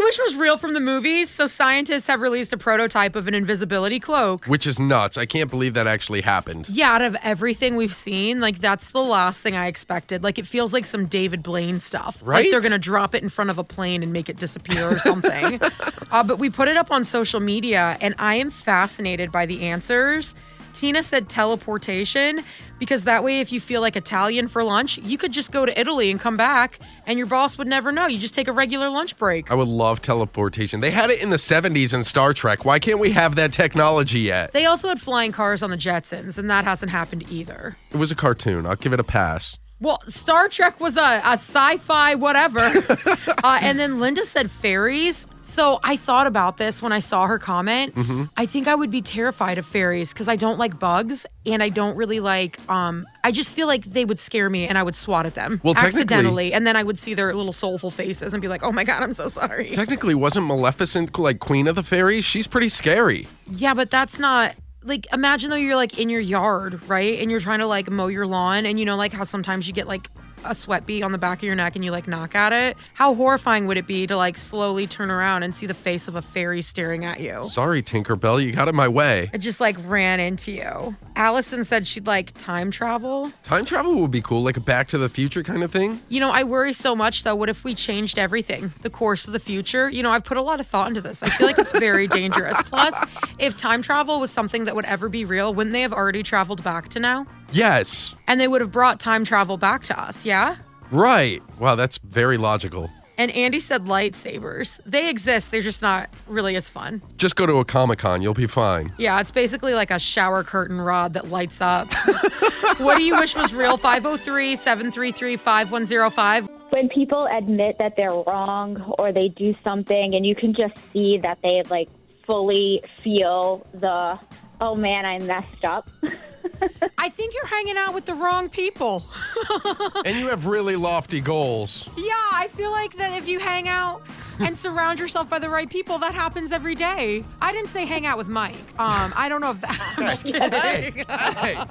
Which was real from the movies. So scientists have released a prototype of an invisibility cloak. Which is nuts. I can't believe that actually happened. Yeah, out of everything we've seen, like that's the last thing I expected. Like it feels like some David Blaine stuff. Like Right? they're gonna drop it in front of a plane and make it disappear or something. uh, but we put it up on social media, and I am fascinated by the answers. Tina said teleportation because that way, if you feel like Italian for lunch, you could just go to Italy and come back, and your boss would never know. You just take a regular lunch break. I would love teleportation. They had it in the 70s in Star Trek. Why can't we have that technology yet? They also had flying cars on the Jetsons, and that hasn't happened either. It was a cartoon. I'll give it a pass. Well, Star Trek was a, a sci fi whatever. uh, and then Linda said fairies. So I thought about this when I saw her comment. Mm-hmm. I think I would be terrified of fairies because I don't like bugs and I don't really like, um, I just feel like they would scare me and I would swat at them Well, technically- accidentally. And then I would see their little soulful faces and be like, oh my God, I'm so sorry. Technically, wasn't Maleficent like Queen of the Fairies? She's pretty scary. Yeah, but that's not like imagine though you're like in your yard, right? And you're trying to like mow your lawn and you know like how sometimes you get like a sweat bee on the back of your neck and you like knock at it. How horrifying would it be to like slowly turn around and see the face of a fairy staring at you? Sorry, Tinkerbell, you got in my way. It just like ran into you. Allison said she'd like time travel. Time travel would be cool, like a back to the future kind of thing. You know, I worry so much though. What if we changed everything? The course of the future? You know, I've put a lot of thought into this. I feel like it's very dangerous. Plus, if time travel was something that would ever be real, wouldn't they have already traveled back to now? Yes, And they would have brought time travel back to us, yeah? right. Wow, that's very logical. And Andy said lightsabers. They exist, they're just not really as fun. Just go to a Comic Con, you'll be fine. Yeah, it's basically like a shower curtain rod that lights up. what do you wish was real? 503 733 5105. when people admit that they're wrong or they do something and you can just see that they like fully feel the oh man i messed up I think you're hanging out with the wrong people. and you have really lofty goals. Yeah, I feel like that if you hang out and surround yourself by the right people, that happens every day. I didn't say hang out with Mike. Um, I don't know if that. I'm just kidding. Hey,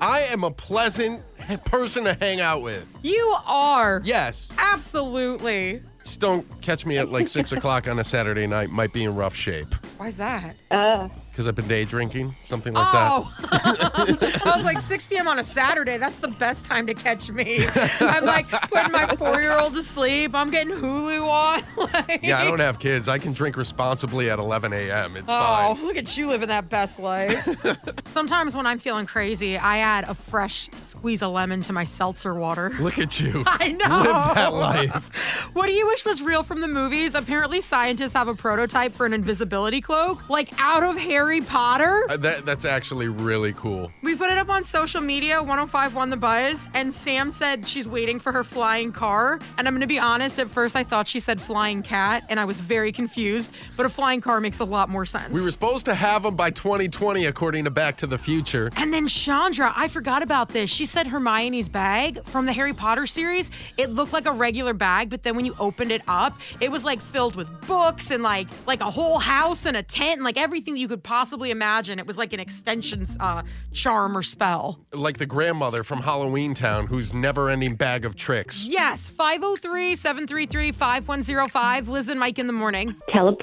I am a pleasant person to hang out with. You are. Yes. Absolutely. Just don't catch me at like six o'clock on a Saturday night. Might be in rough shape Why's that? uh, because I've been day drinking, something like Oh, I was like 6 p.m. on a Saturday. That's the best time to catch me. I'm like putting my four-year-old to sleep. I'm getting Hulu on. like- that. Yeah, I don't have kids. I can drink responsibly at 11 a.m. It's Oh, fine. look at you living that best life. Sometimes when I'm feeling crazy, I add a fresh squeeze of lemon to my seltzer water. Look at you. I know. Live that life. What do you wish was real from the movies? Apparently, scientists have a prototype for an invisibility cloak, like out of Harry Potter. Uh, That, that's actually really cool. We put it up on social media, 105.1 The Buzz, and Sam said she's waiting for her flying car. And I'm going to be honest, at first I thought she said flying cat, and I was very confused, but a flying car makes a lot more sense. We were supposed to have them by 2020, according to Back to the Future. and then Chandra, I forgot about this. She said Hermione's bag from the Harry Potter series, it looked like a regular bag, but then when you opened it up, it was like filled with books and like like a whole house and a tent and like everything that you could possibly imagine. It was like an extension uh, charm or spell. Like the grandmother from Halloween Town whose never ending bag of tricks. Yes, 503 733 5105. Liz and Mike in the morning.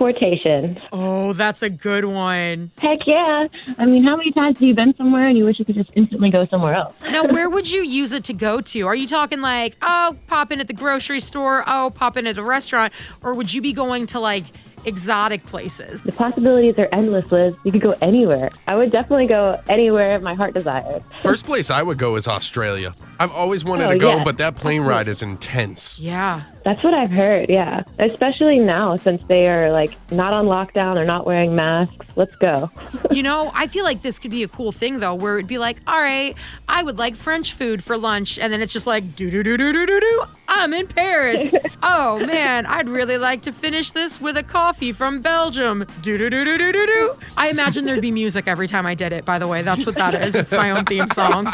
Teleportation. Oh, that's a good one. Heck yeah. I mean, how many times have you been somewhere and you wish you could just instantly go somewhere else? Now, where would you use it to go to? Are you talking like, oh, pop in at the grocery store, oh, pop in at a restaurant, or would you be going to like exotic places? The possibilities are endless, Liz. You could go anywhere. I would definitely go anywhere my heart desires. First place I would go is Australia. I've always wanted Oh, to go, yeah. but that plane ride is intense. Yeah. That's what I've heard, yeah. Especially now since they are like not on lockdown or not wearing masks. Let's go. You know, I feel like this could be a cool thing though, where it'd be like, all right, I would like French food for lunch, and then it's just like, do do do do do do do. I'm in Paris. oh man, I'd really like to finish this with a coffee from Belgium. Do do do do do do do. I imagine there'd be music every time I did it. By the way, that's what that is. It's my own theme song.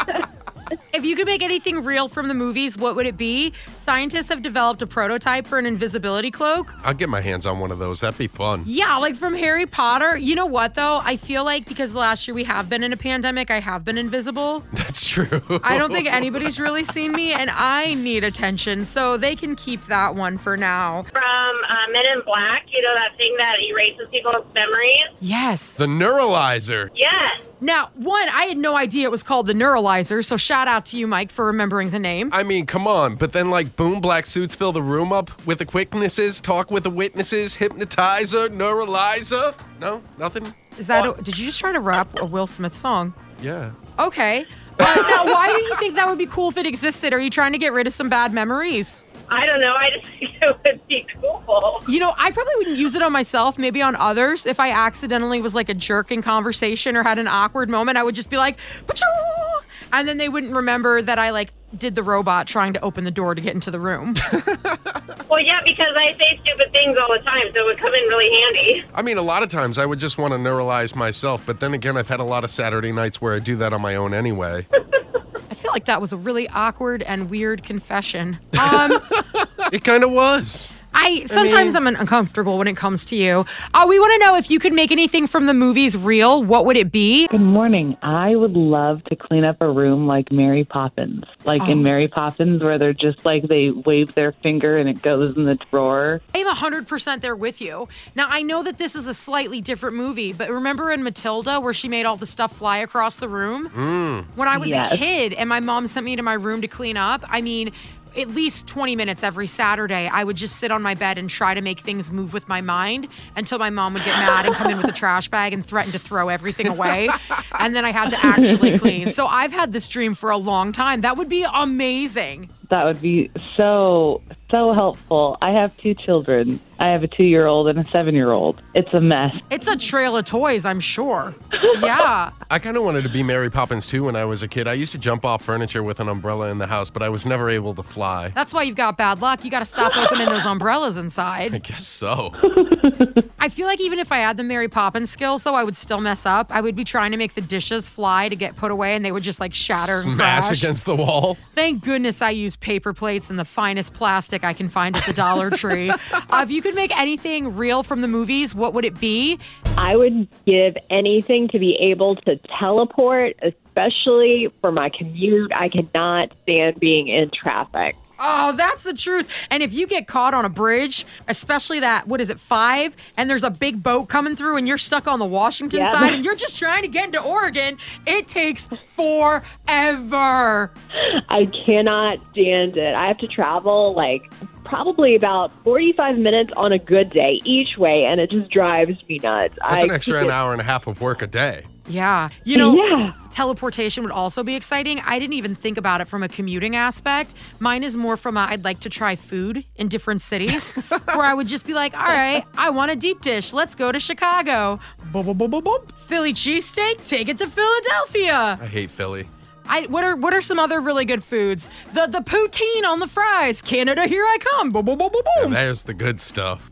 If you could make anything real from the movies, what would it be? Scientists have developed a prototype for an invisibility cloak. I'll get my hands on one of those. That'd be fun. Yeah, like from Harry Potter. You know what though? I feel like because last year we have been in a pandemic, I have been invisible. That's true. I don't think anybody's really seen me and I need attention. So they can keep that one for now. from uh, Men in Black, you know, that thing that erases people's memories. Yes. the neuralizer. Yes. Now, one, I had no idea it was called the neuralizer, so shout out to you, Mike, for remembering the name. I mean, come on. But then, like, boom, black suits fill the room up with the quicknesses, talk with the witnesses, hypnotizer, neuralizer. No, nothing. Is that a, did you just try to rap a Will Smith song? Yeah. Okay. Uh, now, why do you think that would be cool if it existed? Are you trying to get rid of some bad memories? I don't know. I just think it would be cool. You know, I probably wouldn't use it on myself, maybe on others. If I accidentally was like a jerk in conversation or had an awkward moment, I would just be like, "Pachoo!" and then they wouldn't remember that I like did the robot trying to open the door to get into the room. Well, yeah, because I say stupid things all the time, so it would come in really handy. I mean, a lot of times I would just want to neuralize myself, but then again, I've had a lot of Saturday nights where I do that on my own anyway. I feel like that was a really awkward and weird confession. Um, it kind of was. I sometimes I am uncomfortable when it comes to you. Uh, we want to know if you could make anything from the movies real. What would it be? Good morning. I would love to clean up a room like Mary Poppins. Like in Mary Poppins where they're just like they wave their finger and it goes in the drawer. I'm 100% there with you. Now, I know that this is a slightly different movie, but remember in Matilda where she made all the stuff fly across the room? When I was Yes. a kid and my mom sent me to my room to clean up, I mean, at least 20 minutes every Saturday, I would just sit on my bed and try to make things move with my mind until my mom would get mad and come in with a trash bag and threaten to throw everything away. And then I had to actually clean. So I've had this dream for a long time. That would be amazing. That would be so, so helpful. I have two children. I have a two year old and a seven year old. It's a mess. It's a trail of toys, I'm sure. Yeah. I kind of wanted to be Mary Poppins too when I was a kid. I used to jump off furniture with an umbrella in the house, but I was never able to fly. That's why you've got bad luck. You got to stop opening those umbrellas I inside. guess so. I feel like even if I had the Mary Poppins skills, though, I would still mess up. I would be trying to make the dishes fly to get put away, and they would just like shatter and Smash crash. against the wall. Thank goodness I use paper plates and the finest plastic I can find at the Dollar Tree. Uh, if you could make anything real from the movies, what would it be? I would give anything to be able to teleport, especially for my commute. I cannot stand being in traffic. Oh, that's the truth. And if you get caught on a bridge, especially that, what is it, five, and there's a big boat coming through and you're stuck on the Washington Yeah. side and you're just trying to get into Oregon, it takes forever. I cannot stand it. I have to travel like probably about 45 minutes on a good day each way, and it just drives me nuts. That's I an extra an hour and a half of work a day. Yeah. You know, Yeah. teleportation would also be exciting. I didn't even think about it from a commuting aspect. Mine is more from a, I'd like to try food in different cities where I would just be like, all right, I want a deep dish. Let's go to Chicago. Boop, boop, boop, boop, boop. Philly cheesesteak, take it to Philadelphia. I hate Philly. I, what are what are some other really good foods? The the poutine on the fries. Canada, here I come. Boom, boom, boom, boom, boom. There's the good stuff.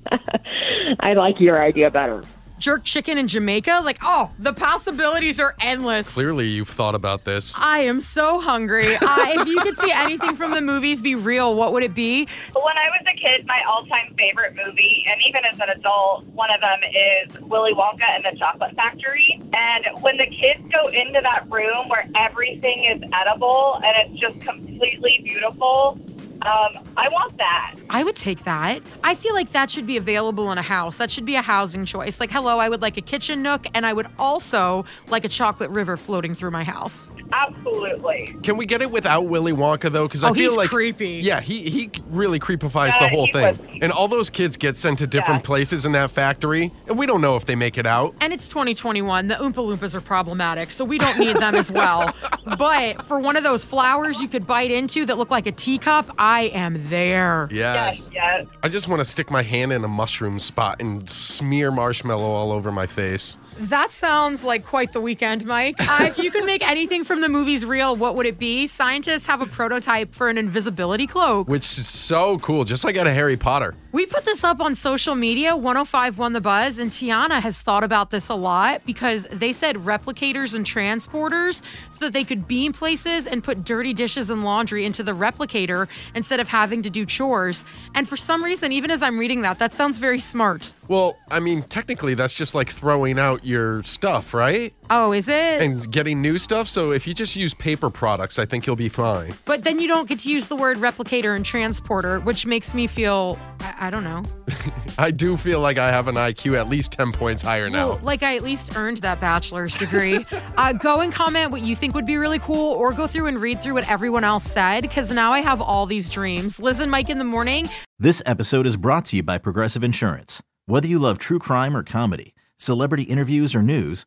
I like your idea better. jerk chicken in Jamaica. Like, oh, the possibilities are endless. Clearly, you've thought about this. I am so hungry. Uh, if you could see anything from the movies be real, what would it be? When I was a kid, my all-time favorite movie, and even as an adult, one of them is Willy Wonka and the Chocolate Factory. And when the kids go into that room where everything is edible and it's just completely beautiful, um, I want that. I would take that. I feel like that should be available in a house. That should be a housing choice. Like, hello, I would like a kitchen nook, and I would also like a chocolate river floating through my house. Absolutely. Can we get it without Willy Wonka though? Because I Oh, feel he's like creepy. Yeah, he he really creepifies Yeah, the whole he thing. was- And all those kids get sent to different Yeah. places in that factory, and we don't know if they make it out. And it's 2021. The Oompa Loompas are problematic, so we don't need them as well. But for one of those flowers you could bite into that look like a teacup, I am there. Yes. Yes, yes. I just want to stick my hand in a mushroom spot and smear marshmallow all over my face. That sounds like quite the weekend, Mike. Uh, if you could make anything from the movies real, what would it be? Scientists have a prototype for an invisibility cloak. Which is so cool, just like out of Harry Potter. We put this up on social media. 105 won the buzz, and Tiana has thought about this a lot because they said replicators and transporters so that they could beam places and put dirty dishes and laundry into the replicator instead of having to do chores. And for some reason, even as I'm reading that, that sounds very smart. Well, I mean, technically, that's just like throwing out your stuff, right? Oh, is it? And getting new stuff. So if you just use paper products, I think you'll be fine. but then you don't get to use the word replicator and transporter, which makes me feel, I, I don't know. I do feel like I have an IQ at least 10 points higher now. Well, like I at least earned that bachelor's degree. uh, go and comment what you think would be really cool, or go through and read through what everyone else said, because now I have all these dreams. Liz and Mike in the morning. This episode is brought to you by Progressive Insurance. Whether you love true crime or comedy, celebrity interviews or news,